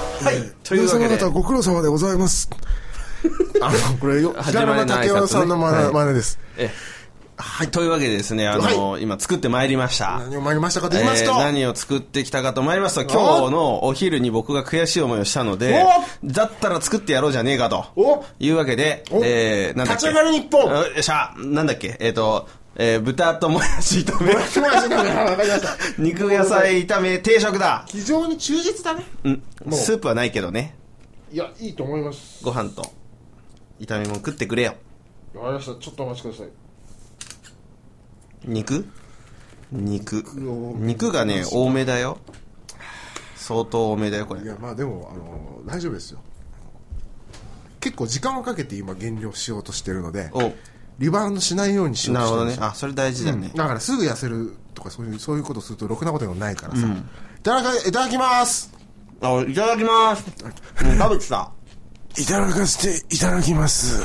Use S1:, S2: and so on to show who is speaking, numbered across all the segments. S1: というわけ で
S2: 皆様方ご苦労様でございます。あの、これよ、
S1: 始まりの挨拶ね
S2: 平野竹雄さんの真似
S1: はい
S2: 真似です。
S1: え
S2: はい。
S1: というわけでですね、あの、今作ってまいりました。
S2: 何を参りましたかと言いますと
S1: えー、何を作ってきたかと参りますと、今日のお昼に僕が悔しい思いをしたので、だったら作ってやろうじゃねえかと
S2: お、
S1: いうわけで、
S2: お
S1: えー、なんだっけ
S2: 立ち上がる日本
S1: あよっしゃ、なんだっけ、えっ、と、えー、豚ともやし炒め、
S2: すいませんわかりました
S1: 肉野菜炒め定食だ。
S2: 非常に忠実だね。
S1: うん、
S2: もう
S1: スープはないけどね、
S2: いや、いいと思います。
S1: ご飯と炒め物食ってくれよ。
S2: わかりました。ちょっとお待ちください。
S1: 肉肉
S2: を
S1: 肉がね多めだよ相当多めだよこれ
S2: いやまあでもあの大丈夫ですよ結構時間をかけて今減量しようとしてるので
S1: お
S2: リバウンドしないようにしよう
S1: な
S2: と
S1: るほどね
S2: してんですよ
S1: あそれ大事だね、
S2: だからすぐ痩せるとかそういうそういうことするとろくなことがないからさ、いただかいただきます
S1: あいただきますうん食べてた
S2: いただかせていただきます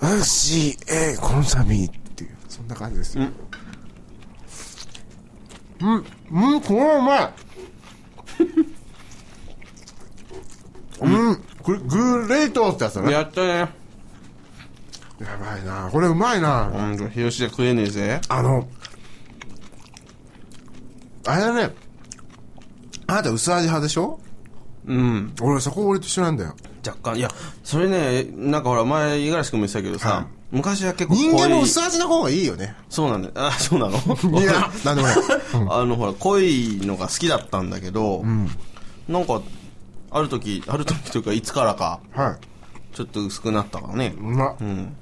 S2: 私、えこの度っていうそんな感じですようんうんこれはうまい うんこれグレートってやつだね
S1: やったね
S2: やばいなこれうまいな、
S1: うん日吉じゃ食えねえぜ
S2: あのあれだねあなた薄味派でしょ
S1: うん
S2: 俺そこ俺と一緒なんだよ
S1: 若干いやそれねなんかほら前五十嵐君も言ってたけどさ、
S2: はい
S1: 昔は結構
S2: 人
S1: 濃
S2: 間も
S1: い
S2: 薄味の方がいいよね
S1: そうなんだよあそうなの
S2: いやなんでもない
S1: あのほら濃いのが好きだったんだけど、なんかある時ある時というかいつからか
S2: はい
S1: ちょっと薄くなったからね
S2: うまっ
S1: うん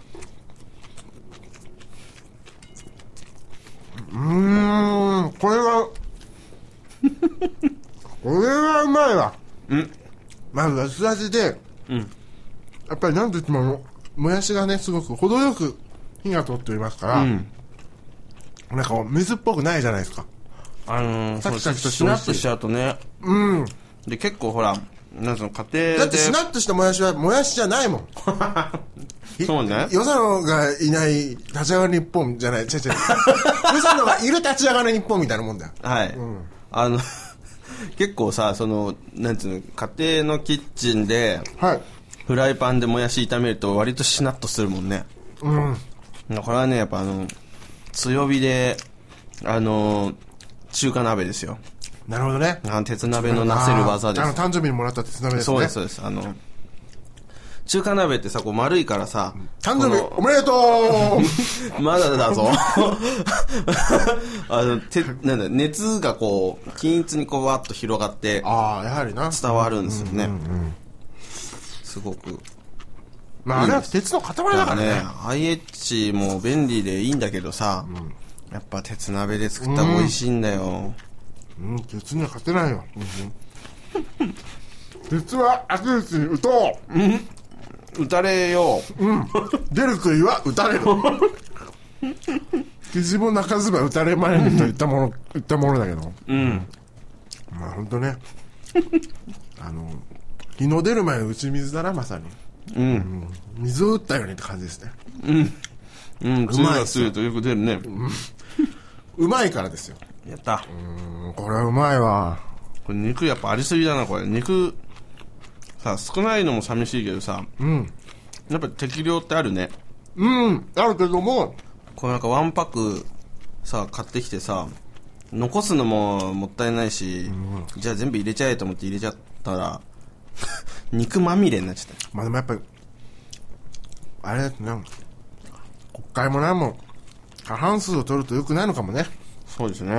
S2: うーんこれはこれはうまいわ
S1: うん
S2: まず薄味で、
S1: うん
S2: やっぱりなんといってももやしがねすごく程よく火が通っておりますから、
S1: うん
S2: なんかこう水っぽくないじゃないですか
S1: あのー、
S2: サクサクとして
S1: し
S2: 美
S1: な
S2: 味しい
S1: っとしちゃうとね
S2: うん
S1: で結構ほらなんつうの家庭で
S2: だってしなっとしたもやしはもやしじゃないもん
S1: そうね
S2: よさのがいない立ち上がり日本じゃない 違う違うよさのがいる立ち上がり日本みたいなもんだよ
S1: はい、あの 結構さそのなんつうの家庭のキッチンで
S2: はい
S1: フライパンでもやし炒めると割としなっとするもんね
S2: うん
S1: これはねやっぱあの強火であのー中華鍋ですよ
S2: なるほどね
S1: あの鉄鍋のなせる技で
S2: あ
S1: す
S2: の誕生日にもらった鉄鍋ですね
S1: そうですそうですあの中華鍋ってさこう丸いからさ
S2: 誕生日
S1: この
S2: おめでとう
S1: まだだぞ。 あの、て、なんだ、熱がこう、均一にこう、わっと広がって、
S2: ああやはりな
S1: 伝わるんですよね。すごく。
S2: まああれは鉄の塊だ
S1: だ
S2: か
S1: からら
S2: ね
S1: ね、IH も便利でいいんだけどさ、やっぱ鉄鍋で作ったら美味しいんだよ。
S2: うん鉄には勝てないよ鉄は熱いうちに打とう
S1: 打たれよ
S2: 出る杭は打たれる キジも泣かずば打たれまれぬと言ったもの 言ったものだけど
S1: う。うん。
S2: まあ本当ねあの日の出る前の打ち水だなまさに
S1: うん。
S2: 水を打ったようにって感じですね
S1: うん。つ
S2: う
S1: ゆ
S2: まい
S1: がつゆとよく出るね。
S2: うまいからですよ
S1: やった。
S2: うんこれはうまいわ
S1: これ肉やっぱありすぎだな、これ。肉、さ、少ないのも寂しいけどさ、
S2: うん
S1: やっぱ適量ってあるね。
S2: うんあるけども
S1: これなんかワンパックさ買ってきてさ残すのももったいないし、じゃあ全部入れちゃえと思って入れちゃったら 肉まみれになっちゃった
S2: まあでもやっぱりあれだってな国会もなんも過半数を取るとよくないのかもね
S1: そうですね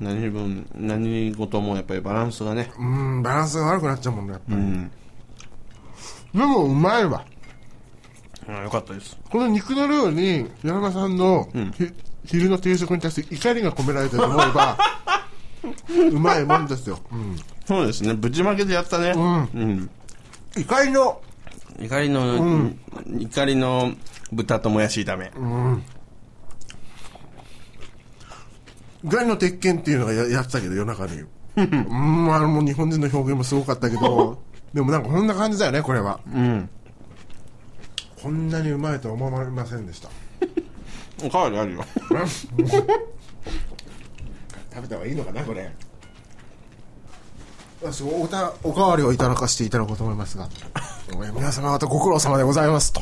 S1: 何分何事もやっぱりバランスがね
S2: うんバランスが悪くなっちゃうもんねやっぱ
S1: う
S2: り、
S1: ん
S2: でもうまいわ
S1: あよかったです
S2: この肉の量に平山さんの、ひ昼の定食に対して怒りが込められたと思え ばうまいもんですよ、うん
S1: そうですねぶちまけてやったねうん、
S2: 怒りの
S1: 怒りの、怒りの豚ともやし炒め、
S2: 怒りの鉄拳っていうのがややってたけど夜中にうんあのもう日本人の表現もすごかったけどでもなんかこんな感じだよねこれは、こんなにうまいとは思われませんでした
S1: おかわりあるよ
S2: 食べた方がいいのかなこれ私おたおかわりをいただかせていただこうと思いますが皆様またご苦労様でございますと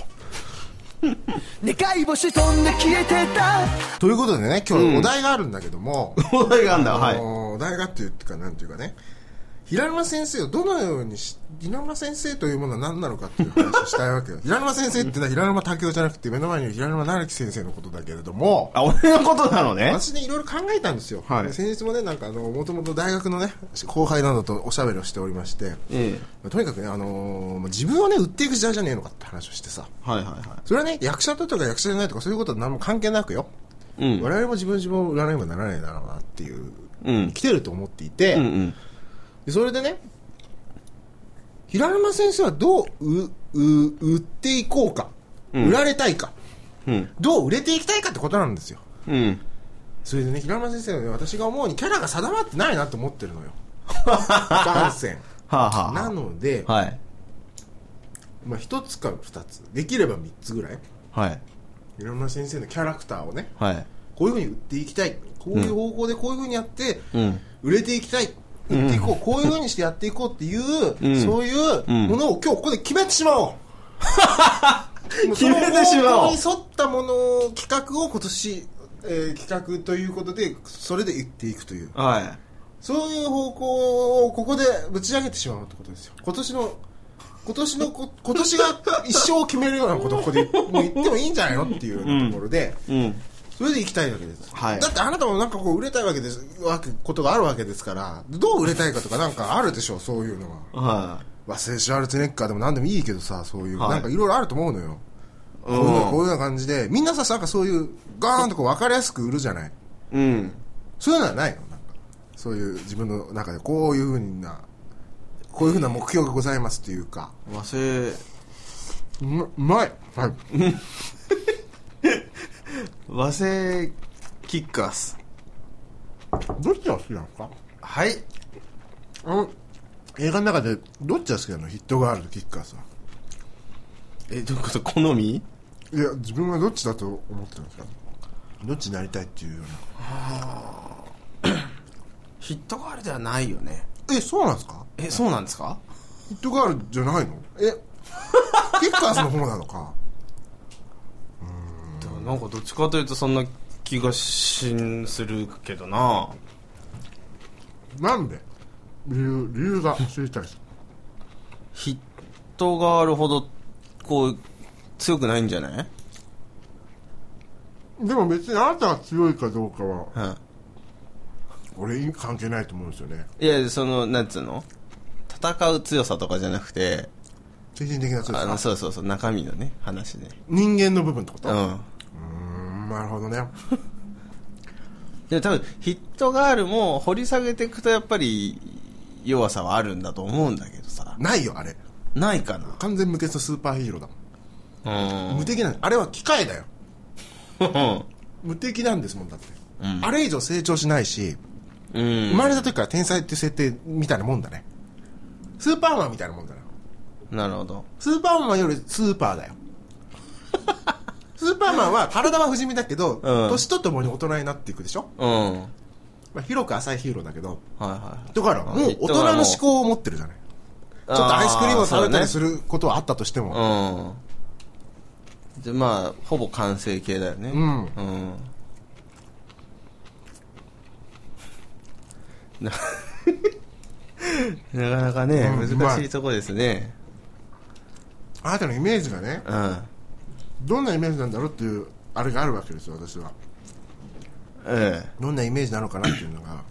S3: 願い星飛んで消えてた
S2: ということでね今日お題があるんだけども、
S1: お題があんだ、
S2: あ
S1: はい。
S2: のお題がっていうかなんていうかね平沼先生をどのようにし平沼先生というものは何なのかっていう話をしたいわけよ 平沼先生ってのは平沼武雄じゃなくて目の前にいる平沼成樹先生のことだけれども
S1: あ、俺のことなのね。
S2: 私ねいろいろ考えたんですよ、
S1: はい
S2: で先日もねなんかあのもともと大学のね後輩などとおしゃべりをしておりまして、
S1: え
S2: とにかくね、あのーまあ自分をね売っていく時代じゃねえのかって話をしてさ
S1: え。はいはいは
S2: それはね役者だとか役者じゃないとかそういうことは何も関係なくよ、
S1: い。うん。
S2: 我々も自分自分を売らねばならないだろうなっていう、
S1: うん
S2: 来てると思っていて、
S1: うんうん。
S2: でそれでね平沼先生はどううう売っていこうか、売られたいか
S1: うん。
S2: どう売れていきたいかってことなんですよ
S1: うん。
S2: それでね平沼先生はね私が思うにキャラが定まってないなと思ってるのよ男性
S1: はあはあ。
S2: なので、
S1: はい。
S2: まあ、1つか2つできれば3つぐらい
S1: はい。
S2: いろんな先生のキャラクターをね
S1: はい。
S2: こういうふうに売っていきたいこういう方向でこういうふうにやって、
S1: うん。
S2: 売れていきたい売っていこう、こういうふうにしてやっていこうっていう、
S1: ん
S2: そういう
S1: うん
S2: ものを今日ここで決めてしまおう
S1: 決めてしまおう
S2: その方向に沿ったものを企画を今年、えー企画ということでそれで言っていくという
S1: は
S2: そういう方向をここでぶち上げてしまうってことですよ今年の今年のこ今年が一生を決めるようなことをここでもう言ってもいいんじゃないのっていうようなところで、
S1: い。うん。
S2: それで行きたいわけです、
S1: はい
S2: だってあなたもなんかこう売れたいわけですわけことがあるわけですからどう売れたいかとかなんかあるでしょそういうのは
S1: は
S2: 忘れシュワルツェネッカーでも何でもいいけどさそういう、
S1: はい
S2: なんかいろいろあると思うのよ
S1: い。
S2: こういうのこういうような感じでみんなさなんかそういうガーンとこう分かりやすく売るじゃない
S1: うん。
S2: そういうのはないのなんかそういう自分の中でこういうふうなこういうふうな目標がございますっていうか
S1: 忘れ、
S2: うまうまい、はい、
S1: 忘れキッカース。
S2: どっちが好きなのか
S1: はい。
S2: あの映画の中でどっちが好きなのヒットガールとキッカーさ
S1: え、どういうこと好み
S2: いや自分はどっちだと思ってるんですかどっちになりたいっていうよう
S1: ヒットガールではないよね。
S2: なえそうなんですか
S1: え、そうなんですか
S2: ヒットガールじゃないのえキッカーズの方なのか
S1: でもなんかどっちかというとそんな気がしんするけどな
S2: なんで理由理由が知りたい です
S1: ヒットガールほどこう強くないんじゃない、
S2: でも別にあなたが強いかどうかは
S1: は
S2: 俺に関係ないと思うんですよね
S1: い、いやそのなんつうの戦う強さとかじゃなくて
S2: 精神的な強
S1: あの
S2: さ
S1: そうそうそう中身のね話ね
S2: 人間の部分ってこ
S1: うん
S2: とうんなるほどね
S1: でも多分ヒットガールも掘り下げていくとやっぱり弱さはあるんだと思うんだけどさ
S2: ないよあれ
S1: ないかな
S2: 完全無欠のスーパーヒーローだもん
S1: うん
S2: 無敵なのあれは機械だよ
S1: うん
S2: 無敵なんですもんだって、あれ以上成長しないし、
S1: うん
S2: 生まれた時から天才っていう設定みたいなもんだねスーパーマンみたいなもんだ
S1: な
S2: な
S1: るほど
S2: スーパーマンよりスーパー だよスーパーマンは体は不死身だけど、
S1: うん
S2: 年とともに大人になっていくでしょ、
S1: うんは
S2: まあ、広く浅いヒーローだけど
S1: いはい
S2: だからもう大人の思考を持ってるじゃない
S1: ち
S2: ちょっとアイスクリームを食べたりす
S1: る
S2: ることはあったとしても、
S1: うんでまあほぼ完成形だよね
S2: うん
S1: うんなな かなかね、
S2: うん
S1: 難しいとこですね。
S2: あなたのイメージがね
S1: うん。
S2: どんなイメージなんだろうっていうあれがあるわけですよ私は
S1: え
S2: どんなイメージなのかなっていうのが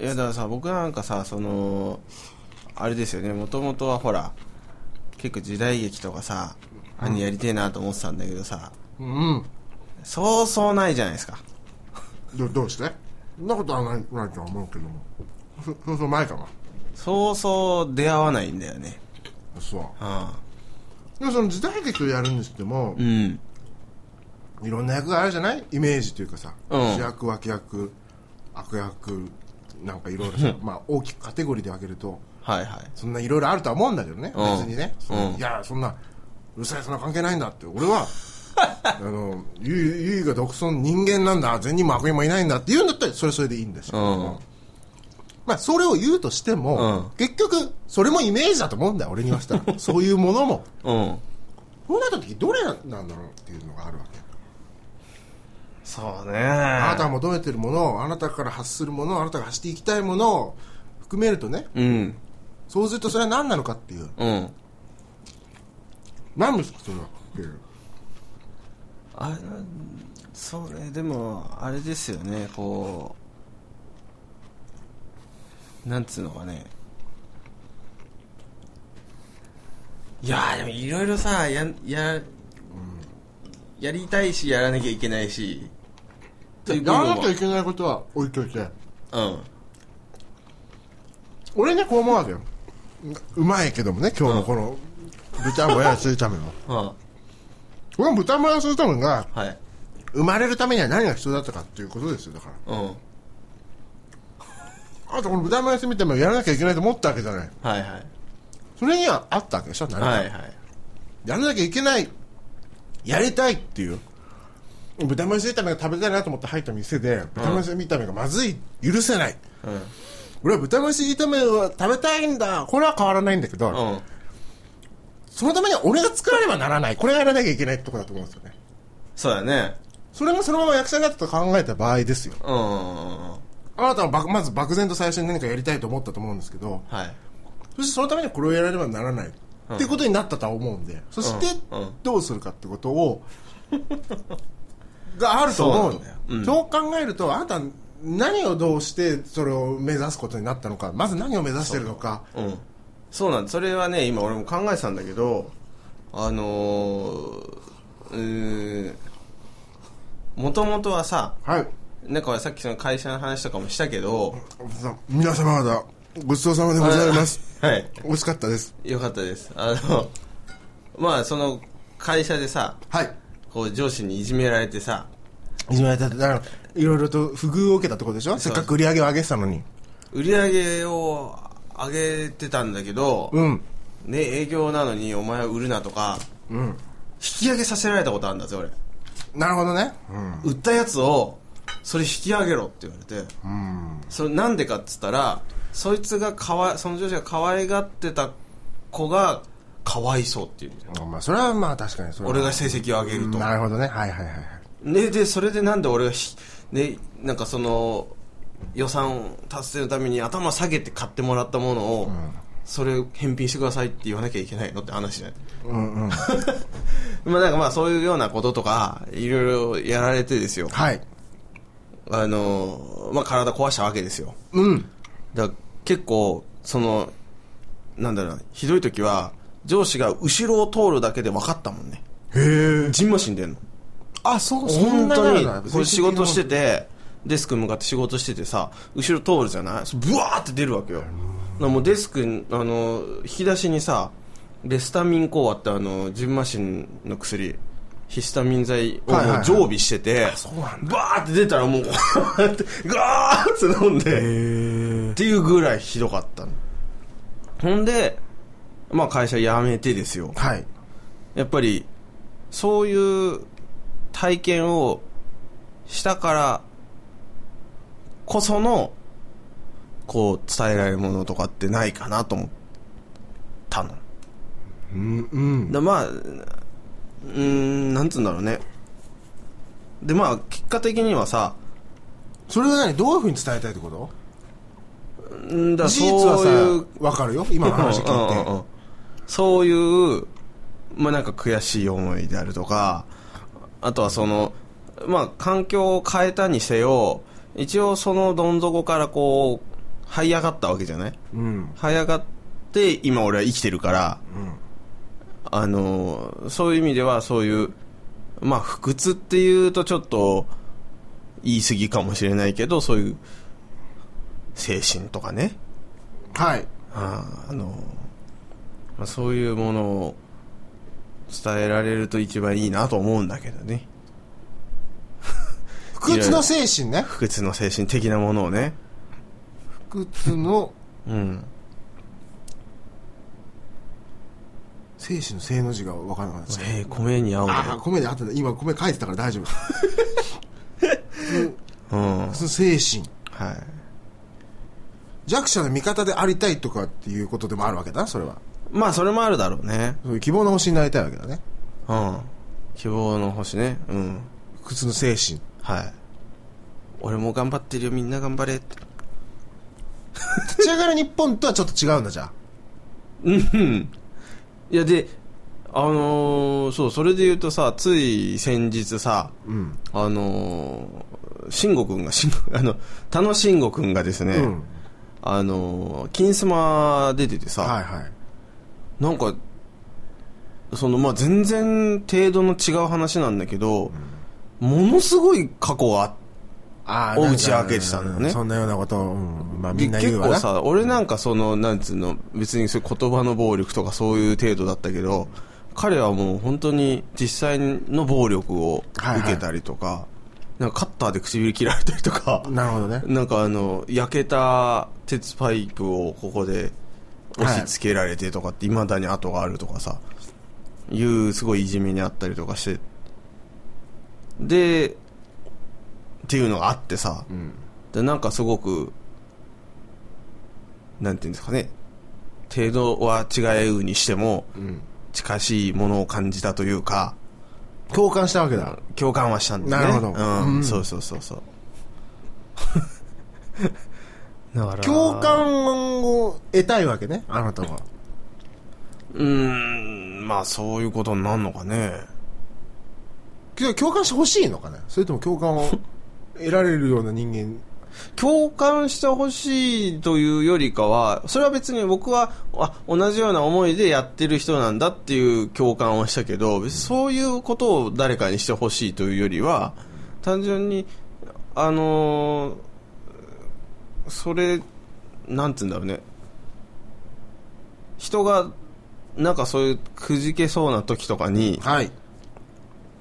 S1: え。いや、だからさ、僕なんかさ、その、あれですよね、もともとはほら、結構時代劇とかさ、あにやりてえなと思ってたんだけどさ、
S2: うん
S1: そうそうないじゃないですか。
S2: どどうしてそんなことはないないとは思うけどもそそうそう前かな
S1: そうそう出会わないんだよね。
S2: そううでもその時代劇をやるにしても、
S1: ん。うん。
S2: いろんな役があるじゃないイメージというかさ、
S1: うん
S2: 主役脇役悪役なんかいろいろさまあ大きくカテゴリーで分けると
S1: はいはい。
S2: そんないろいろあるとは思うんだけどね、
S1: うん
S2: 別にね、そ
S1: うん
S2: いやそんなうるさいそんな関係ないんだって俺はあのゆいゆいが独尊人間なんだ善人も悪人もいないんだって言うんだったらそれはそれでいいんですよ、
S1: うん
S2: まあ、それを言うとしても、
S1: う
S2: 結局、それもイメージだと思うんだよ、俺に言わせ たら。そういうものも。
S1: うん
S2: そうなった時、どれなんだろうっていうのがあるわけ。
S1: そうね
S2: あなたが求めてるものを、あなたから発するものを、あなたが発していきたいものを含めるとね、
S1: うん
S2: そうするとそれは何なのかっていう。
S1: うん
S2: 何ですか、それは。っていう
S1: あれそうねでもあれですよねこうなんつうのかねいやーでもいろいろさやや、やりたいしやらなきゃいけないしという部
S2: やら
S1: 分
S2: な
S1: も
S2: きゃいけないことは置いといて。
S1: うん
S2: 俺ね、こう思うわけよ。うまいけどもね、今日のこの、豚もやするための。
S1: は
S2: この豚もやするためが、
S1: あはい
S2: 生まれるためには何が必要だったかっていうことですよ、だから。
S1: うんはい
S2: あとこの豚もやすみたいなのやらなきゃいけないと思ったわけじゃない。
S1: はい
S2: それにはあったわけでしょ、何か
S1: はいはい
S2: やらなきゃいけない、やりたいっていう。豚まん炒めが食べたいなと思って入った店で、豚まん炒めがまずい、許せない。
S1: う
S2: 俺は豚まん炒めを食べたいんだ。これは変わらないんだけど、
S1: んうん
S2: そのためには俺が作らねばならない。これがやらなきゃいけないってとこだと思うんですよね。
S1: そうだね
S2: それもそのまま役者になったと考えた場合ですよ。
S1: うんうんうんうん
S2: あなたはばまず漠然と最初に何かやりたいと思ったと思うんですけど、
S1: はい
S2: そしてそのためにはこれをやらねばならない。っていうことになったとは思うんで、そして
S1: うんうん
S2: どうするかってことを、 があると思うんだよ。
S1: そうなんだ
S2: そう考えると、あなた何をどうしてそれを目指すことになったのか、まず何を目指してるのか、
S1: うん、そうなんそれはね今俺も考えてたんだけどあのーもともとはさ
S2: はい。
S1: なんかさっきその会社の話とかもしたけど
S2: 皆様方、ごちそうさまでございます。
S1: はい
S2: 美味しかったです。
S1: よかったですあの まあその会社でさ
S2: はい。
S1: こう上司にいじめられてさ
S2: いじめられたって、だから、いろいろと不遇を受けたってことでしょせっかく売り上げを上げてたのに。
S1: 売り上げを上げてたんだけど、
S2: うん。
S1: ね営業なのにお前は売るなとか
S2: うん。
S1: 引き上げさせられたことあるんだぜ俺
S2: なるほどね。うん。
S1: 売ったやつをそれ引き上げろって言われてそれなんでかっつったらそいつがかわいその女子が可愛がってた子がかわいそうっていう
S2: まあ、それはまあ確かにそれは
S1: 俺が成績を上げると
S2: なるほどね。はいはいはいはい。
S1: ねでそれでなんで俺がひねなんかその予算達成のために頭下げて買ってもらったものを、それ返品してくださいって言わなきゃいけないのって話じゃない
S2: うんうん。
S1: まあなんかまあそういうようなこととかいろいろやられてですよ
S2: はい。
S1: あのまあ体壊したわけですよ
S2: うん。
S1: だから結構そのなんだろうなひどい時は上司が後ろを通るだけで分かったもんね
S2: へえ。
S1: じんましんでんの
S2: あ、そう、
S1: 本当にこれ
S2: れ
S1: 仕事して。てデスク向かって仕事しててさ後ろ通るじゃないそブワーって出るわけよだからもうデスクにあの引き出しにさレスタミンコアってあのじんましんの薬ヒスタミン剤を
S2: はいはい
S1: も
S2: は
S1: う
S2: い
S1: 常備してて、
S2: そうなん
S1: バーって出たらもうこうやってガーって飲んで、
S2: へえ
S1: っ。ていうぐらいひどかったのほんで、まあ、会社辞めてですよ
S2: はい。
S1: やっぱりそういう体験をしたからこそのこう伝えられるものとかってないかなと思ったの
S2: うんうん。
S1: でまあうーんなんつうんだろうねでまあ結果的にはさ
S2: それは何どういうふうに伝えたいってこと
S1: うんだから
S2: 事実
S1: そういう
S2: はさ、わかるよ。今の話聞い
S1: うんうん
S2: て。
S1: うんそういう、まあ、なんか悔しい思いであるとかあとはその、まあ、環境を変えたにせよ一応そのどん底からこう這い上がったわけじゃない
S2: うん。
S1: 這い上がって今俺は生きてるから、あのそういう意味ではそういう、まあ、不屈っていうとちょっと言い過ぎかもしれないけどそういう精神とかね
S2: はい。
S1: あーあの、まあ、そういうものを伝えられると一番いいなと思うんだけどね
S2: 不屈の精神ね。
S1: 不屈の精神的なものをね
S2: 不屈の
S1: うん
S2: 精神の正の字がわからなかった。
S1: えー米に合うん
S2: ああ、
S1: だ
S2: 米であったんだ。今米書いてたから大丈夫。
S1: うんは
S2: その精神。
S1: い
S2: じ弱者の味方でありたいとかっていうことでもあるわけだそれは
S1: まあ、それもあるだろうね。
S2: そういう希望の星になりたいわけだね
S1: うん。希望の星ね。うん。
S2: 不屈の精神
S1: はい。俺も頑張ってるよ、みんな頑張れって。
S2: 立ち上がる日本とはちょっと違うんだじゃあ
S1: うん。いや、で、あのーそう、それで言うとさ、つい先日さ、
S2: うん
S1: あのー、慎吾くんが、 慎吾、あの、田野慎吾くんがですね、
S2: うん
S1: あのー、金スマ出ててさ、
S2: はいはい
S1: なんか、その、まあ、全然程度の違う話なんだけど、ものすごい過去があっ
S2: あ
S1: お家開けてたんだよね
S2: そんなようなことを、うんまあ、み
S1: で
S2: んな言
S1: 結
S2: うわ
S1: 構
S2: な
S1: さ、俺なんかその、なんつうの、別にそういう言葉の暴力とかそういう程度だったけど、彼はもう本当に実際の暴力を受けたりとか、なんかカッターで唇切られたりとか、
S2: なるほどね
S1: なんかあの、焼けた鉄パイプをここで押し付けられてとかって、未だに跡があるとかさ、いうすごいいじめにあったりとかして、で、っていうのがあってさ、
S2: ん
S1: で、なんかすごく、なんていうんですかね、程度は違うにしても、
S2: ん
S1: 近しいものを感じたというか、
S2: 共感したわけだ
S1: 共感はしたんだね。
S2: なるほど
S1: うん、
S2: うん
S1: そうそうそうそう。 だから
S2: 共感を得たいわけねあなたは
S1: うーん、まあそういうことになるのかね。
S2: けど共感してほしいのかねそれとも共感を得られるような人間
S1: 共感してほしいというよりかは、それは別に僕は、あ、同じような思いでやってる人なんだっていう共感をしたけど、別にそういうことを誰かにしてほしいというよりは、単純に、あのーそれ、なんつうんだろうね。人が、なんかそういうくじけそうな時とかに、
S2: はい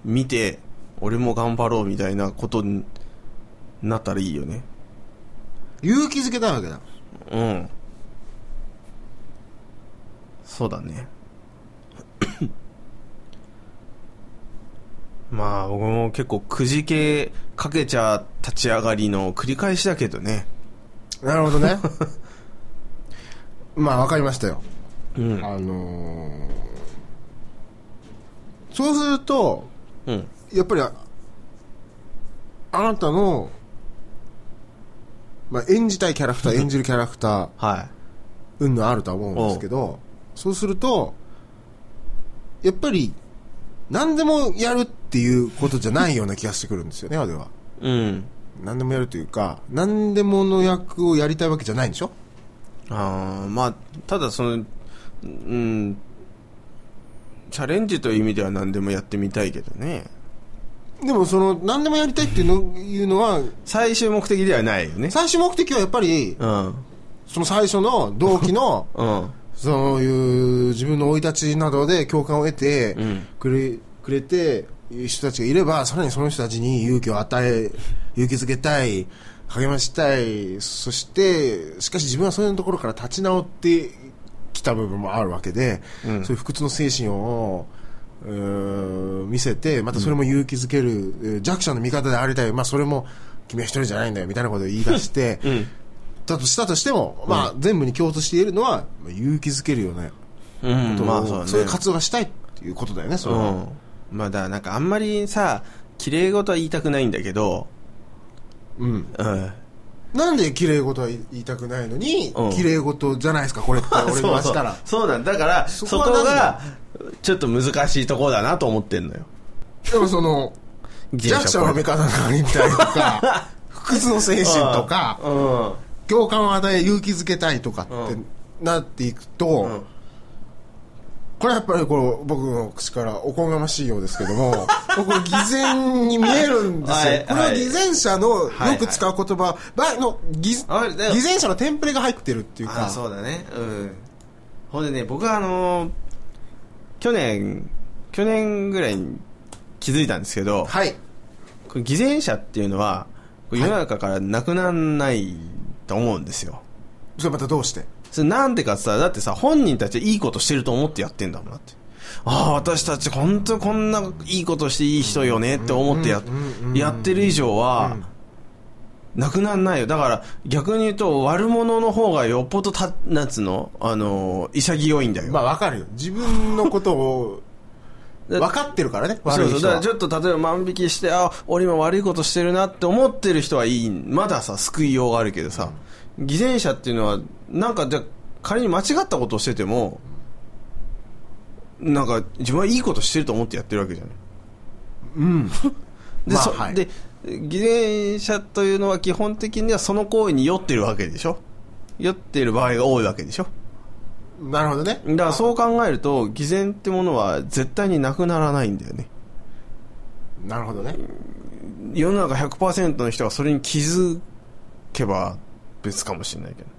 S1: 見て、俺も頑張ろうみたいなことになったらいいよね。
S2: 勇気づけたいわけだ
S1: うん。そうだね。 まあ僕も結構くじけかけちゃ立ち上がりの繰り返しだけどね。
S2: なるほどねまあわかりましたよ
S1: うん。
S2: あのーそうすると
S1: うん。
S2: やっぱりああなたの、まあ、演じたいキャラクター演じるキャラクター
S1: は。
S2: 運のあるとは思うんですけどそうするとやっぱり何でもやるっていうことじゃないような気がしてくるんですよね俺はい
S1: うん。
S2: 何でもやるというか何でもの役をやりたいわけじゃないんでしょ
S1: あーまあ、ただその、うん、チャレンジという意味では何でもやってみたいけどね。
S2: でもその何でもやりたいっていうのいうのは
S1: 最終目的ではないよね。
S2: 最終目的はやっぱり
S1: うん。
S2: その最初の動 機の
S1: うん。
S2: そういう自分の生い立ちなどで共感を得て
S1: うん
S2: くれ,、くれていう人たちがいればさらにその人たちに勇気を与え勇気づけたい励ましたいそしてしかし自分はそういうところから立ち直ってきた部分もあるわけで、
S1: うん
S2: そういう不屈の精神をうー見せてまたそれも勇気づける、えー弱者の味方でありたい、まあ、それも君は一人じゃないんだよみたいなことを言い出して。
S1: うん。
S2: だとしたとしても、まあ、全部に共通して言えるのは、まあ勇気づけるようなこ
S1: うん
S2: とを、
S1: まあそうだね。
S2: いう活動がしたいっていうことだよね、それ
S1: う
S2: は。
S1: ん。まあだからなんかあんまりさ、綺麗事は言いたくないんだけど、
S2: うん。
S1: うん。
S2: なんで綺麗事は言いたくないのに
S1: うん、
S2: 綺麗事じゃないですか、これ って、俺に言わしたら。
S1: そうなんだから、そ
S2: そ
S1: こ
S2: こはなん
S1: が
S2: だ、
S1: ちょっと難しいところだなと思ってんのよ。
S2: でもその、弱者の味方なのにみたいなと か、不屈の精神とか、
S1: うん。
S2: 共感を与え勇気づけたいとかって
S1: うん
S2: なっていくと、
S1: ん
S2: これはやっぱりこう僕の口からおこがましいようですけど も僕これ偽善に見えるんです
S1: は
S2: よ
S1: い
S2: これは偽善者のよ
S1: はい
S2: く使う言葉ばの偽
S1: あれだよ
S2: 偽善者のテンプレが入ってるっていう
S1: あ
S2: か
S1: あ、そうだね。うん。ほんでね、僕はあのー去年、去年ぐらいに気づいたんですけど、
S2: はい
S1: これ偽善者っていうのは、これ世の中からなくならないと思うんですよ。
S2: それまたどうして
S1: それなんでかってさ、だってさ、本人たちはいいことしてると思ってやってんだもんなって。ああ、私たち本当こんないいことしていい人よねって思ってや
S2: うんうんうんうん
S1: やってる以上は、なくなんないよ。だから、逆に言うと、悪者の方がよっぽどた、なんつうのあのー、潔いんだよ。
S2: まあわかるよ。自分のことを、
S1: だ
S2: 分かってるからね、
S1: そ
S2: 悪
S1: う
S2: い
S1: そう。
S2: 人
S1: だか
S2: は
S1: らちょっと、例えば万引きして、あ、俺今悪いことしてるなって思ってる人はいい。まださ、救いようがあるけどさ、偽善者っていうのは、なんか、じゃあ仮に間違ったことをしてても、なんか、自分はいいことしてると思ってやってるわけじゃない。で、
S2: まあ
S1: そ
S2: はい
S1: で偽善者というのは基本的にはその行為に酔ってるわけでしょ酔ってる場合が多いわけでしょ
S2: なるほどね。
S1: だからそう考えると偽善ってものは絶対になくならないんだよね
S2: なるほどね。
S1: 世の中100%の人がそれに気づけば別かもしれないけど、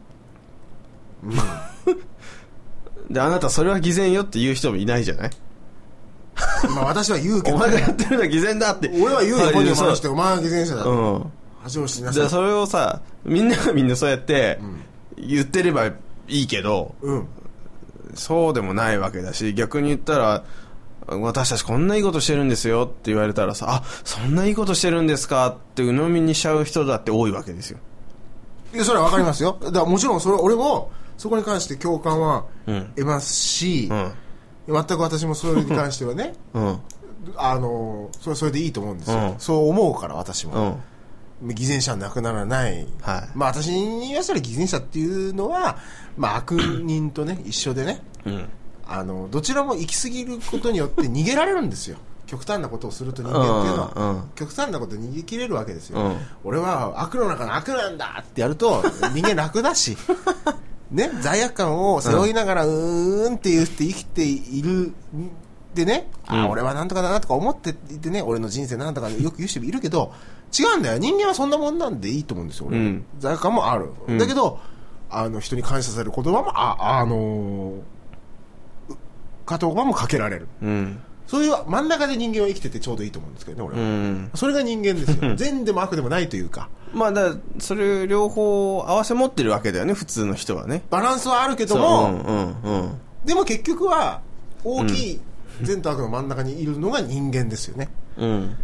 S1: であなたそれは偽善よって言う人もいないじゃない
S2: まあ私は言うけ
S1: お
S2: ど、
S1: 前がやってるのは偽善だって
S2: 俺は言 うよ、本人を
S1: そう
S2: 話して、お前は偽善者だ。
S1: うん
S2: 恥を知りな
S1: じゃ
S2: さ
S1: あ
S2: い。
S1: それをさみんながみんなそうやって言ってればいいけど、
S2: うん。
S1: そうでもないわけだし逆に言ったら私たちこんないいことしてるんですよって言われたらさあそんないいことしてるんですかって鵜呑みにしちゃう人だって多いわけですよ
S2: いや、それはわかりますよ。だからもちろん、それ、俺も、そこに関して共感は
S1: ん
S2: 得ますし、
S1: うん
S2: 全く私もそれに関してはね、
S1: うん
S2: あの、それはそれでいいと思うんですよ。
S1: うん
S2: そう思うから、私
S1: う
S2: も。
S1: ん
S2: 偽善者はなくならない。
S1: はい
S2: まあ、私に言わせたら偽善者っていうのは、まあ、悪人とね、一緒でね、
S1: うん
S2: あの、どちらも行き過ぎることによって逃げられるんですよ。極端なことをすると人間っていうの
S1: うんう
S2: は
S1: ん、
S2: 極端なことに逃げ切れるわけですよ。
S1: うん
S2: 俺は悪の中の悪なんだってやると、人間楽だし、ね、罪悪感を背負いながら、うーんって言って生きている、でね、あ、
S1: うん
S2: 俺はなんとかだなとか思っていてね、俺の人生なんとかよく言う人いるけど、違うんだよ。人間はそんなもんなんでいいと思うんですよ、俺
S1: うん
S2: 罪悪感もある。
S1: ん
S2: だけど、あの、人に感謝される言葉も、あ、あのー片方もかけられる。
S1: うん
S2: そういう真ん中で人間は生きててちょうどいいと思うんですけどね、俺
S1: う
S2: は。
S1: ん
S2: それが人間です よ。善でも悪でもないというか、
S1: まあだからそれ両方合わせ持ってるわけだよね普通の人はね
S2: バランスはあるけど
S1: う
S2: も、
S1: んうんうん
S2: でも結局は、大きい善と悪の真ん中にいるのが人間ですよね。
S1: うん、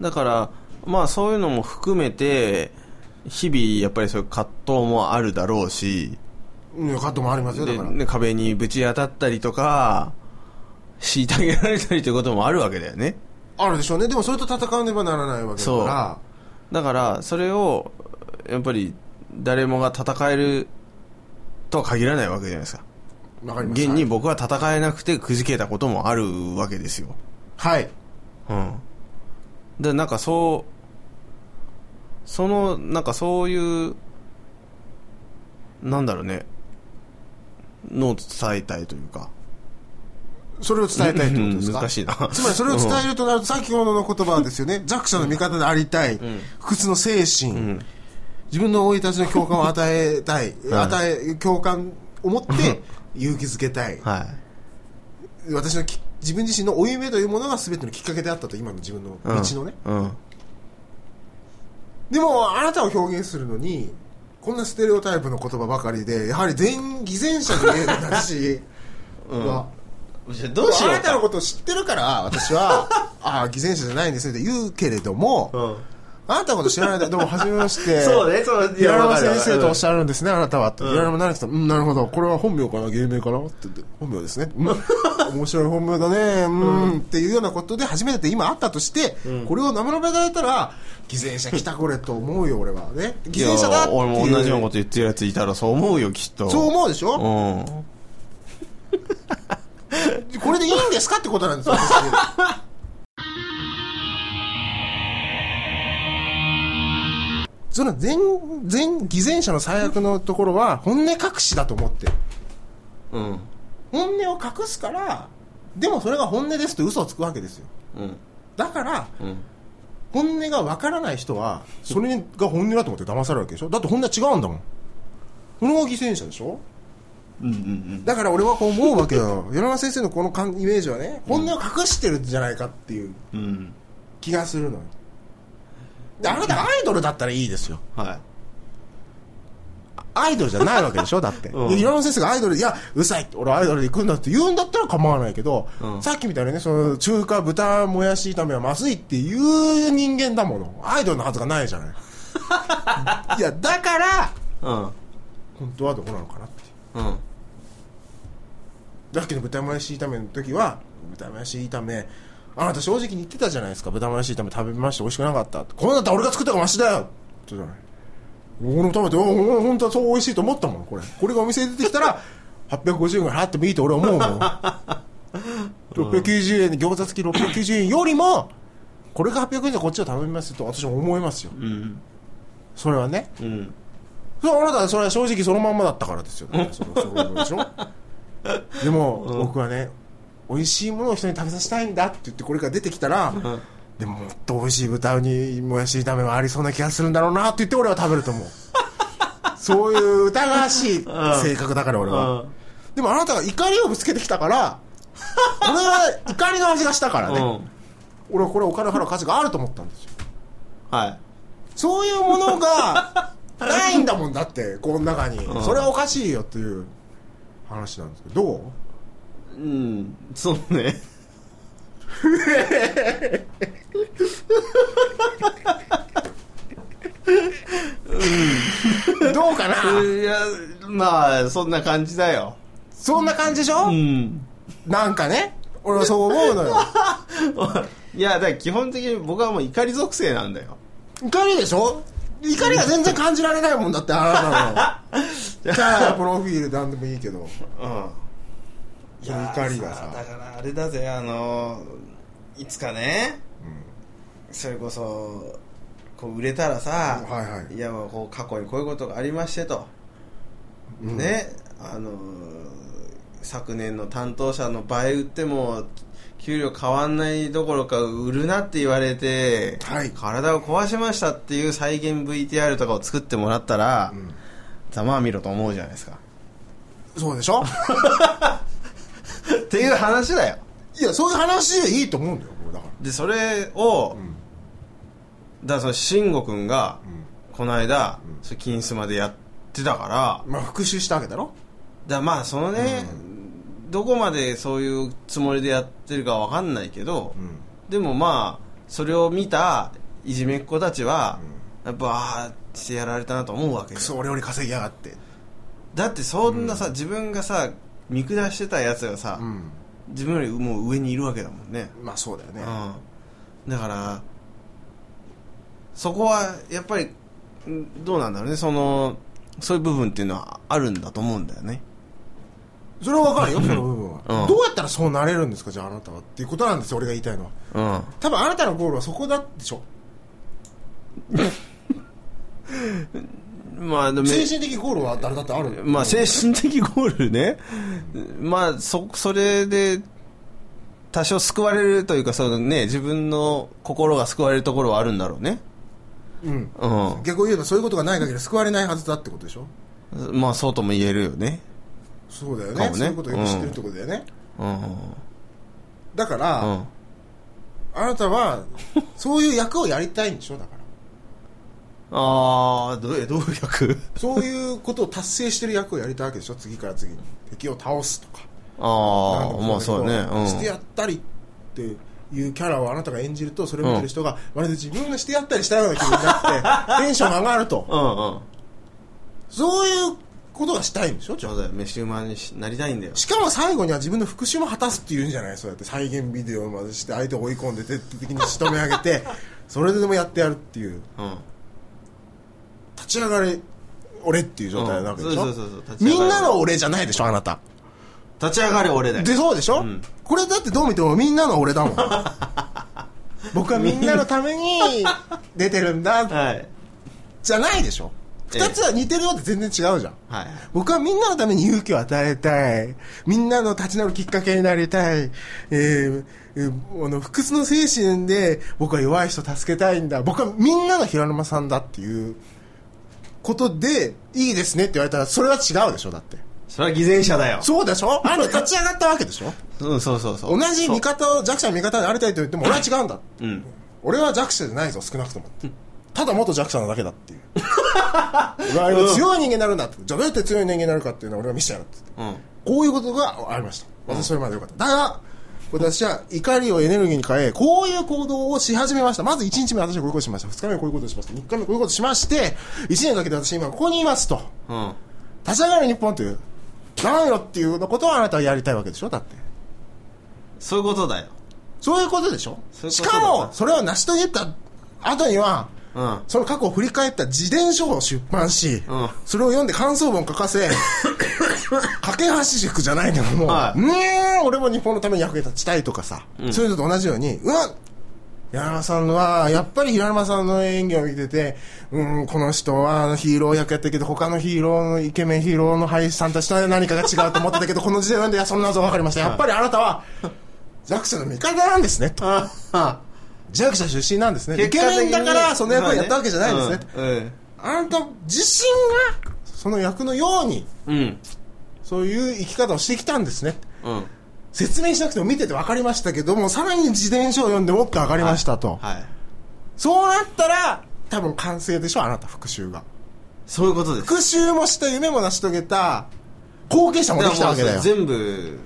S1: だから、まあ、そういうのも含めて日々、やっぱりそういう葛藤もあるだろうし
S2: うん、カットもありますよ、だ
S1: で、
S2: から。
S1: ね壁にぶち当たったりとか虐げられたりということもあるわけだよね
S2: あるでしょうね。でもそれと戦わねばならないわけだか
S1: だから、それをやっぱり誰もが戦えるとは限らないわけじゃないですか。
S2: ら、わかります
S1: 現に僕は戦えなくてくじけたこともあるわけですよ。
S2: はい。
S1: うん。で、なんかそう、その、なんかそういう、なんだろうね、のを伝えたいというか。
S2: それを伝えたいってことで
S1: う
S2: す
S1: ん
S2: か
S1: 難しいな。
S2: つまりそれを伝えるとなると、先ほどの言葉ですよね。弱者の味方でありたい。不屈の精神。自分の生い立ちの共感を与えた
S1: ん
S2: い。与え、共感を持って勇気づけたい。
S1: は
S2: 私のき自分自身の負い目というものが全てのきっかけであったと、今の自分の
S1: い。うん
S2: 道のね。。
S1: うん。
S2: でも、あなたを表現するのに、こんなステレオタイプの言葉ばかりで、やはり全偽善者に見える私は。
S1: どうしよ
S2: あな
S1: う
S2: たの
S1: か。
S2: ことを知ってるから、私は、ああ、偽善者じゃないんですねって言うけれども、あなたのこと知らないで、どうも、初めまして。
S1: そうね、そう、
S2: 平山先生とおっ
S1: ゃ
S2: しゃるんですね、あなたは。って平山成樹さん、うん、なるほど。これは本名かな、芸名かなって言って本名ですね。 うん、面白い本名だね、うん、っていうようなことで、初めて今あったとして、これを生のめられたら、偽善者来たこれと思うよ、俺は。ね。偽善者だっていう。
S1: 俺も同じようなこと言ってるやついたらそう思うよ、きっと。
S2: そう思うでしょ、
S1: 思う。
S2: これでいいんですかってことなんで すよ、私その全、全、偽善者の最悪のところは、本音隠しだと思ってる。
S1: うん。うん。
S2: 本音を隠すから、でもそれが本音ですと嘘をつくわけですよ。
S1: うん。
S2: だから、
S1: うん。
S2: 本音がわからない人は、それが本音だと思って騙されるわけでしょだって本音は違うんだもん。それが偽善者でしょだから俺はこう思うわけよ。 米山先生のこの感イメージはね、本音を隠してるんじゃないかっていう
S1: うん。
S2: 気がするのよ。であなたアイドルだったらいいですよ。
S1: はい。
S2: アイドルじゃないわけでしょ だって。
S1: うん
S2: で平野先生がアイドルで、いや、うさいって、俺アイドルで行くんだって言うんだったら構わないけど、
S1: うん
S2: さっきみたいにね、その中華豚もやし炒めはまずいっていう人間だもの。アイドルのはずがないじゃない。 いやだから
S1: うん。
S2: 本当はどこなのかなって
S1: うん。
S2: だけど豚もやし炒めの時は豚もやし炒めあなた正直に言ってたじゃないですか豚もやし炒め食べまして美味しくなかったってこんなんだったら俺が作った方がマシだよって言ったじゃない俺も食べておお本当はそう美味しいと思ったもんこれこれがお店に出てきたら 850円ぐらい払ってもいいと俺は思うもん690円で餃子付き690円よりもこれが800円でこっちを食べますと私は思いますよ
S1: うん。
S2: それはね
S1: うん。
S2: それはあなたはそれは正直そのまんまだったからですよだからそれはそういうこと でしょでも、僕はね美味しいものを人に食べさせたいんだって言ってこれから出てきたら、でももっと美味しい豚にもやし炒めはありそうな気がするんだろうなって言って俺は食べると 思うそういう疑わしい性格だから俺は、
S1: うん
S2: でもあなたが怒りをぶつけてきたからこれは怒りの味がしたからね、
S1: うん。
S2: 俺はこれお金払う価値があると思ったんですよ
S1: はい。
S2: そういうもの がないんだもんだって、この中に。それはおかしいよっていう話なんですけど、どう
S1: うん。そうね。
S2: どうかな
S1: いや、まあ、そんな感じだよ。
S2: そんな感じでしょ、
S1: うん。
S2: なんかね、俺はそう思う のよ。
S1: いや、だから基本的に僕はもう怒り属性なんだよ。
S2: 怒りでしょ怒りが全然感じられないもんだって、あ なたの。じゃあ、プロフィールなんでもいいけど、
S1: うん。
S2: その怒りがさ
S1: だ。からあれだぜあのいつかね、それこそこう売れたらさ、
S2: はいはい
S1: やもうこう過去にこういうことがありましてと、
S2: うん
S1: ねあの昨年の担当者の倍売っても給料変わんないどころか売るなって言われて、
S2: はい
S1: 体を壊しましたっていう再現 VTR とかを作ってもらったら
S2: うん
S1: ざまあみろと思うじゃないですか
S2: そうでし ょ
S1: っていう話だよ
S2: いや、そういう話でいいと思うんだよ、僕だか
S1: でそれを、
S2: ら。うん。
S1: だからその慎吾くんが
S2: う
S1: この間、それ金スマでやってたから
S2: ん。まあ、復習したわけだろ
S1: だからまあそのね、どこまでそういうつもりでやってるかわかんないけど、
S2: うん。
S1: でもまあそれを見たいじめっ子たちは、やっぱああしてやられたなと思うわけよ
S2: クソ、俺より稼ぎやがって。
S1: だってそんなさ、自分がさ見下してたやつがさ、
S2: うん。
S1: 自分よりもう上にいるわけだもんね、
S2: まあ、そうだよね。
S1: うん、だからそこはやっぱりんどうなんだろうねそのそういう部分っていうのはあるんだと思うんだよね
S2: それは分 かるよ、その部分は、
S1: うん
S2: どうやったらそうなれるんですか、じゃああなたはっていうことなんですよ、俺が言いたいのは。
S1: うん
S2: 多分あなたのゴールはそこだでしょ。
S1: まあでも
S2: 精神的ゴールは誰だってある。
S1: まあ精神的ゴールねまあそそれで多少救われるというかそのね自分の心が救われるところはあるんだろうね
S2: うん。
S1: う
S2: 逆を言えばそういうことがない限り救われないはずだってことでしょ。
S1: んまあそうとも言えるよね
S2: そうだよ
S1: か
S2: ね。
S1: もね
S2: そういうことをよく知ってるってことだよね。
S1: うん
S2: だから、
S1: うん
S2: あなたは、そういう役をやりたいんでしょ、だから。
S1: ああどうどういう役
S2: そういうことを達成してる役をやりたいわけでしょ、次から次に。敵を倒すとか。
S1: ああ
S2: なんか
S1: まあそうねうん
S2: してやったりっていうキャラをあなたが演じるとそれを見てる人が、まるで自分がしてやったりしたような気分に なってテンションが上がると
S1: うんうん
S2: そういうことがしたいんでしょじゃ
S1: そ
S2: あ
S1: うだよ飯馬になりたいんだよ
S2: しかも最後には自分の復讐も果たすっていうんじゃないそうやって再現ビデオまでして相手を追い込んで徹底的に仕留め上げ てそれでもやってやるっていう
S1: うん
S2: 立ち上がれ俺っていう状態なわけでしょ、
S1: うんそうそうそうそう立ち上
S2: み
S1: がれ
S2: んなの俺じゃないでしょあなた
S1: 立ち上がれ俺だよ
S2: でそうでしょ、
S1: ん
S2: これだってどう見てもみんなの 俺だもん僕はみんなのために出てるん だ
S1: はい
S2: じゃないでしょ
S1: ええ
S2: 二つは似てるよって全然違うじゃん
S1: はい
S2: 僕はみんなのために勇気を与えたい。みんなの立ち直るきっかけになりたい。えーえーあの、不屈の精神で僕は弱い人助けたいんだ。僕はみんなの平沼さんだっていうことで、いいですねって言われたら、それは違うでしょ、だって。
S1: それは偽善者だよ
S2: そうでしょあの、立ち上がったわけでしょ
S1: うんそうそうそう
S2: 同じ味方を弱者の味方にありたいと言って も俺は違うんだ
S1: そううん
S2: 俺は弱者じゃないぞ少なくともただ元弱者なだけ だっていう俺は今強い人間になるんだってじゃあどうやって強い人間になるかっていうのを俺は見せてやるって
S1: うん
S2: こういうことがありました私それまでよかっただが私は怒りをエネルギーに変え、こういう行動をし始めました。まず1日目私はこういうことしました。2日目はこういうことしました。3日目はこういうことしまして、1年かけて私今ここにいますと。
S1: うん。
S2: 立ち上がる日本という、なんよっていうのことをあなたはやりたいわけでしょだって。
S1: そういうことだよ。
S2: そういうことでしょ
S1: そういう
S2: し
S1: ことだ
S2: か
S1: な
S2: も、それを成し遂げた後には、
S1: うん。
S2: その過去を振り返った自伝書を出版し、
S1: うん
S2: それを読んで感想文を書 かせ、架け橋塾じゃないけども、
S1: はいう
S2: ーん、俺も日本のために役に立ちたいとかさ、そういうのと同じように、うん、平山さんは、やっぱり平山さんの演技を見てて、うん、この人はヒーロー役やったけど、他のヒーローの、イケメンヒーローの俳優さんたちとは何かが違うと思ってたけど、この時代なんで、いや、そんな謎わかりました。やっぱりあなたは、弱者の味方なんですね、と。
S1: ああ。
S2: 弱者出身なんですね。イ
S1: 結
S2: ケ
S1: 果的に
S2: メンだから、その役をやったわけじゃないですね。
S1: まあね
S2: あなた自身がその役のように
S1: うん。うん。
S2: そういう生き方をしてきたんですね
S1: うん。うん
S2: 説明しなくても見てて分かりましたけどもさらに自伝書を読んでもっと分かりましたと、
S1: はい。
S2: そうなったら多分完成でしょあなた復讐が
S1: そういうことです。
S2: 復讐もした夢も成し遂げた後継者もできたわけだよ
S1: からもう全部、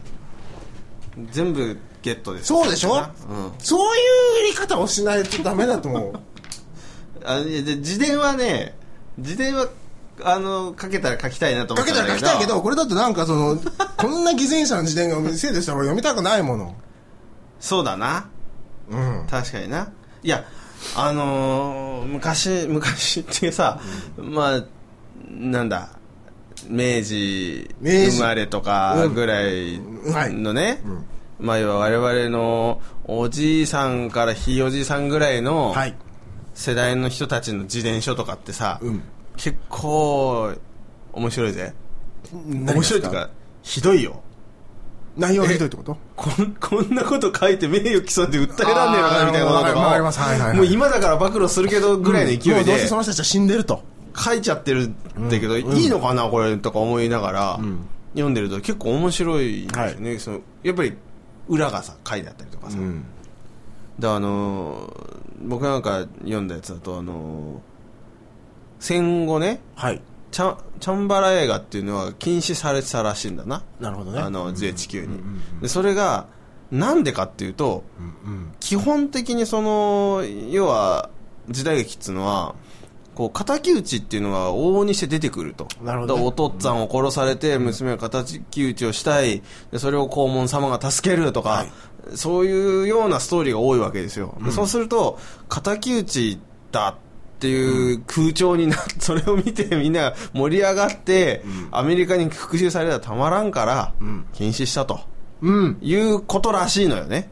S1: 全部ゲットです。
S2: そうでしょ、
S1: うん。
S2: そういう売り方をしないとダメだと思う
S1: あいやで自伝はね、自伝は、あの、書けたら書きたいなと思
S2: 書
S1: っ
S2: け
S1: たん
S2: た
S1: だけ
S2: ら
S1: ど。
S2: 書きたいけどこれだとなんかそのこんな偽善者の自伝が店でしたら俺読みたくないもの
S1: そうだな。
S2: うん
S1: 確かにな。いや、あのー昔、昔ってさ、まあ、なんだ、明治
S2: 明治
S1: 生まれとかぐらいのね、まあ、要は我々のおじいさんからひいおじいさんぐらいの
S2: はい
S1: 世代の人たちの自伝書とかってさ、
S2: うん
S1: 結構面白いぜ。面
S2: 面
S1: 白いっていうか、ひどいよ。
S2: 内容がひどいっ てこと
S1: こんこんなこと書いて名誉毀損で訴えらんねえのかなみたいなことと
S2: あーわかり
S1: か
S2: ますはいはいは
S1: を
S2: い
S1: もう今だから暴露するけどぐらいの勢
S2: も
S1: いう
S2: どう
S1: で
S2: せその人たちは死んでると
S1: 書いちゃってるんだけど、いいのかなこれとか思いながら読んでると結構面白いんですよね、そのやっぱり裏がさ書いてあったりとかさ、であのー僕なんか読んだやつだとあのー戦後ね
S2: はい
S1: チャチャンバラ映画っていうのは禁止されてたらしいんだな
S2: なるほどね
S1: あの JHQ にでそれがなんでかっていうと
S2: うん
S1: 基本的にその要は時代劇っていうのはこう敵討ちっていうのは往々にして出てくると
S2: なるほどね
S1: だからお父っつぁんを殺されて娘が敵討ちをしたいでそれを黄門様が助けるとか、
S2: はい
S1: そういうようなストーリーが多いわけですよ、でそうすると敵討ちだっていう空調にな それを見てみんなが盛り上がって、アメリカに復讐されたらたまらんから
S2: ん
S1: 禁止したと。
S2: うんうん
S1: いうことらしいのよね、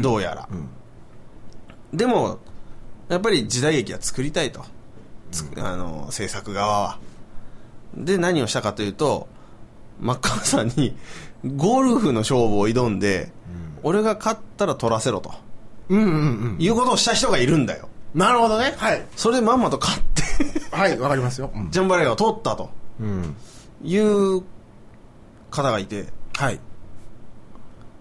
S1: どうやら、でもやっぱり時代劇は作りたいと、つあの制作側はで何をしたかというとマッカーサーにゴルフの勝負を挑んで、俺が勝ったら取らせろと
S2: うんうん
S1: いうことをした人がいるんだよ
S2: なるほどねはい
S1: それでまんまと勝って
S2: はいわかりますよ
S1: ジャンバレーを取ったと
S2: うん
S1: いう方がいて
S2: はい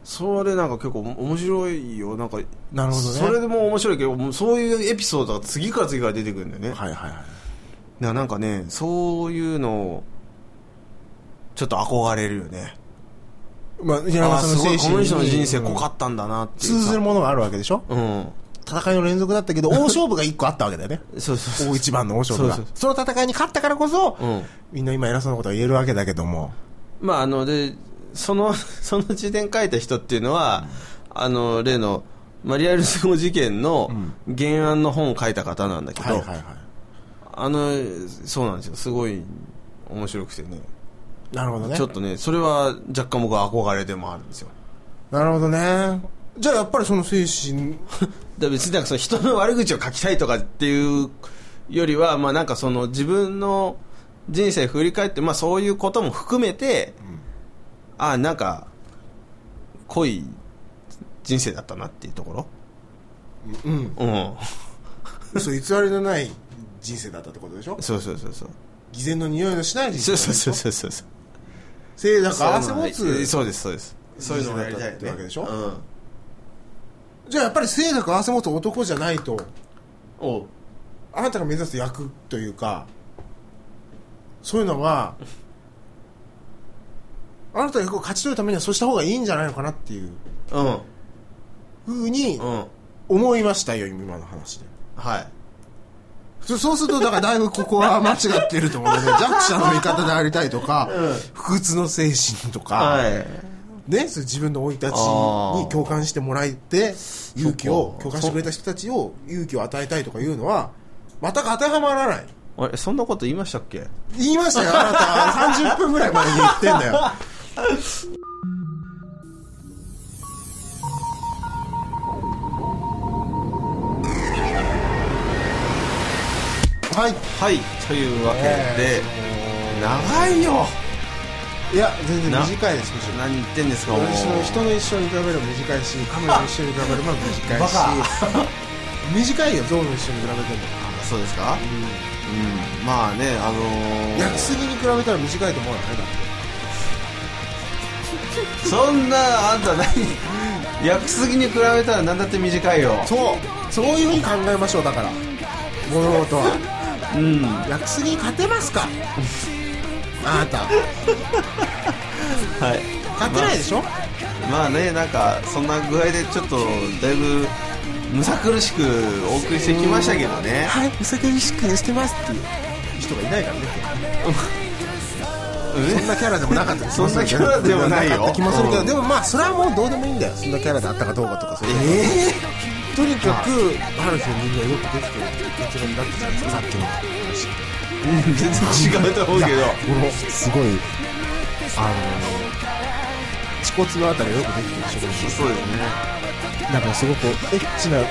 S1: それなんか結構面白いよなんか
S2: なるほどね
S1: それでも面白いけどもうそういうエピソードが次から次から出てくるんだよね、だか
S2: はいはいはい
S1: らなんかねそういうのをちょっと憧れるよね
S2: まあ平
S1: あ
S2: 山
S1: あ
S2: さ
S1: す
S2: んの
S1: ご
S2: 精
S1: いこ
S2: 神
S1: の
S2: に
S1: 人の人生濃かったんだなっていう
S2: 通
S1: さ
S2: ずるものがあるわけでしょ
S1: うん
S2: 戦いの連続だったけど大勝負が一個あったわけだよね
S1: そうそうそう
S2: 大一番の大勝負が
S1: そうそう
S2: その戦いに勝ったからこそ
S1: うん
S2: みんな今偉そうなことが言えるわけだけども
S1: まああのでその その時点書いた人っていうのは、あの例のマリアルスゴ事件の原案の本を書いた方なんだけど、
S2: はいはいは
S1: あのそうなんですよすごい面白くてね
S2: いなるほどね
S1: ちょっとね、それは若干僕は憧れでもあるんですよ。
S2: なるほどねじゃあやっぱりその精神
S1: だから別になんかその人の悪口を書きたいとかっていうよりは、まあなんかその自分の人生振り返って、まあそういうことも含めて、ああ、なんか、濃い人生だったなっていうところ。
S2: うん
S1: うん。
S2: 嘘偽りのない人生だったってことでしょ
S1: そうそうそうそう。
S2: 偽善の匂いのしない人
S1: そう
S2: 生
S1: そうそう
S2: う
S1: そうそう。
S2: 性だから合わせ
S1: そう
S2: 持つ
S1: そうです、そうです。そういうのをやりたい
S2: ってわけでしょ
S1: うん。
S2: じゃあやっぱり性だから合わせ持つ男じゃないと
S1: おう
S2: あなたが目指す役というかそういうのはあなたが役を勝ち取るためにはそうした方がいいんじゃないのかなっていう
S1: うん。
S2: ふうに
S1: うん。
S2: 思いましたよ、今の話で。
S1: はい。
S2: そそうすると、だからだいぶここは間違ってると 思うので、弱者の味方でありたいとか、不屈の精神とか、
S1: はい。
S2: ね、そういう自分の生い立ちに共感してもらえて、勇気を、共感してくれた人たちを勇気を与えたいとかいうのは、全く当てはまらない。
S1: あれ、そんなこと言いましたっけ
S2: 言いましたよ、あなた。30分ぐらい前に言ってんだよ。はい。
S1: はい。というわけで、長いよ
S2: いや、全然
S1: な
S2: 短いです、むしろ。
S1: 何言ってんですか、もう。
S2: 私の人の一生に比べれば短いし、亀の一生に比べれば短いし、短いよ、象の一生に比べても。
S1: あそうですかうん。まあね、あのー
S2: 焼きすぎに比べたら短いと思うよね、だって。
S1: そんな、あんた何、焼きすぎに比べたら何だって短いよ。
S2: そう、そういうふうに考えましょう、だから、物事は。
S1: うん。
S2: 焼きすぎに勝てますかあなた
S1: はい。
S2: 勝てないでしょ、
S1: まあね、なんか、そんな具合でちょっと、だいぶ、むさ苦しくお送りしてきましたけどね。
S2: はい無作意識してますっていう人がいないからね
S1: うん
S2: そんなキャラでもなかったりし
S1: そんなキャラでもないよ
S2: かった気もするけど、
S1: うん
S2: でもまあそれはもうどうでもいいんだよそんなキャラであったかどうかとかそういう
S1: ええ
S2: とにかく春日の人間はよくできてる結論だったじゃないですかさっきの話
S1: 全然違うと思うけど
S2: いやこのすごいあの恥骨のあたりがよくできてる職
S1: そう
S2: 人
S1: ですね
S2: だからすごくエッチなの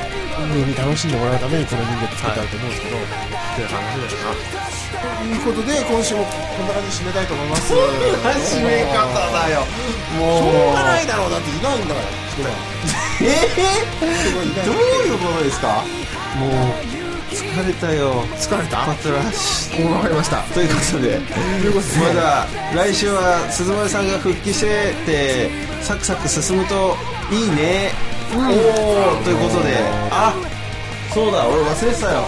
S2: に楽しんでもらうためにこの人形作ったと思うんですけど、っていう話だよなということで今週もこんな感じで締めたいと思います
S1: 締め方だよ
S2: し
S1: もう
S2: ょうがないだろうだっていないんだか
S1: え
S2: ら人がいな
S1: え
S2: い
S1: どういうことですかもう疲れたよ
S2: 疲れた
S1: パトラッシュ
S2: わかりました
S1: ということで
S2: ということで
S1: まだ来週は鈴丸さんが復帰しててサクサク進むといいね、おおということであそうだ俺忘れてたよ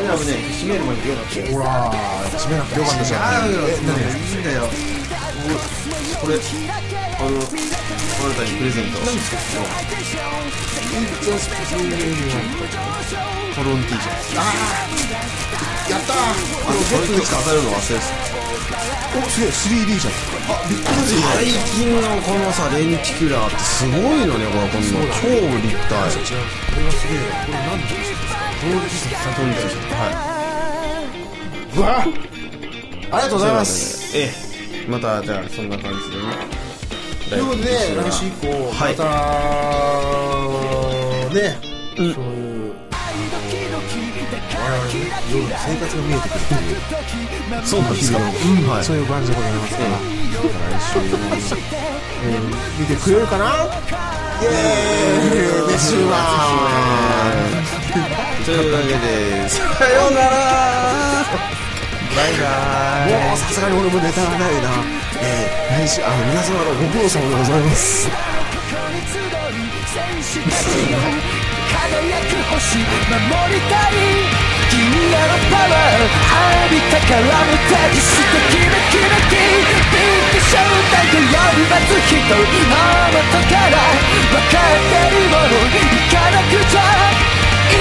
S1: 危ない危ない閉めるまでよかったよ
S2: ほら締めなくてよかったじゃん
S1: 違うよい
S2: え何
S1: いんだよこれあのあなたにプレゼントトロン T シャツ
S2: やったー
S1: あのこれ今日飾るの忘れて
S2: おすげえ 3D じゃんあびっくりした
S1: た最近のこのさレンティキュラーってすごいのねこれこんな超立体
S2: 違うこれはすげえわこれ何でですか
S1: トロン T シャツはい
S2: わあありがとうございます
S1: ええまたじゃあそんな感じでね
S2: ということで来週以降また、ね、そういう我々ね夜の生活が見えてくるっていう
S1: そうなんですか、うんはい、
S2: そういう感じでございますから、来週も、えー見てくれるかなイエーイで週は
S1: という わけでさようならバイバイ
S2: もうさすがに俺もネタがないな、えー来週あの皆様のご苦労様でございます
S4: ここに集い戦士たちよ輝く星守りたい君らのパワー浴びたからの手術とキラキラキビッグショータイと呼び待つ人の元から分かってるものいかなくちゃ今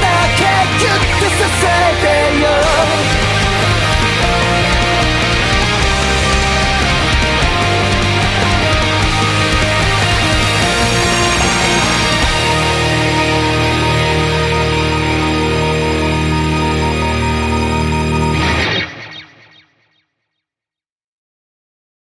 S4: だけギュッとさせてよ